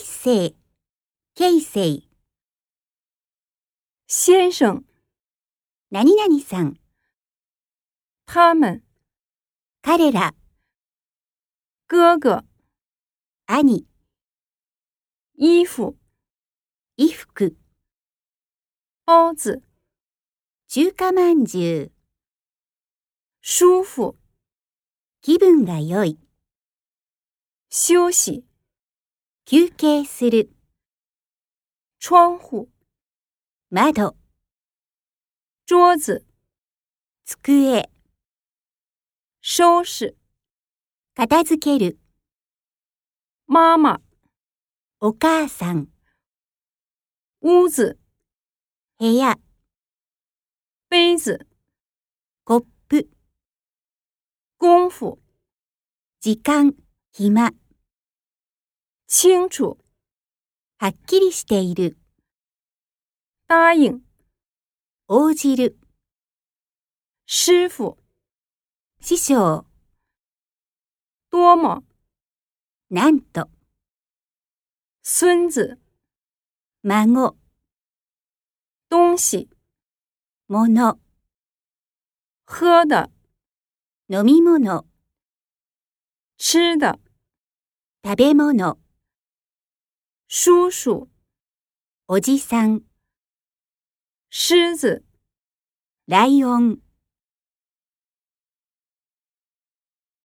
生、京成、先生、何々さん、他们、彼ら、哥哥、兄、衣服、衣服、包子、中華まんじゅう、舒服、気分が良い、休息、休憩する、窗户、窓、桌子、机、收拾、片付ける、妈妈、お母さん、屋子、部屋、杯子、コップ、功夫、時間、暇、清楚、はっきりしている、答应、応じる、师傅、師匠、多么、なんと、孙子、孫、东西、物、喝的、飲み物、吃的、食べ物、叔叔、おじさん、狮子。ライオン。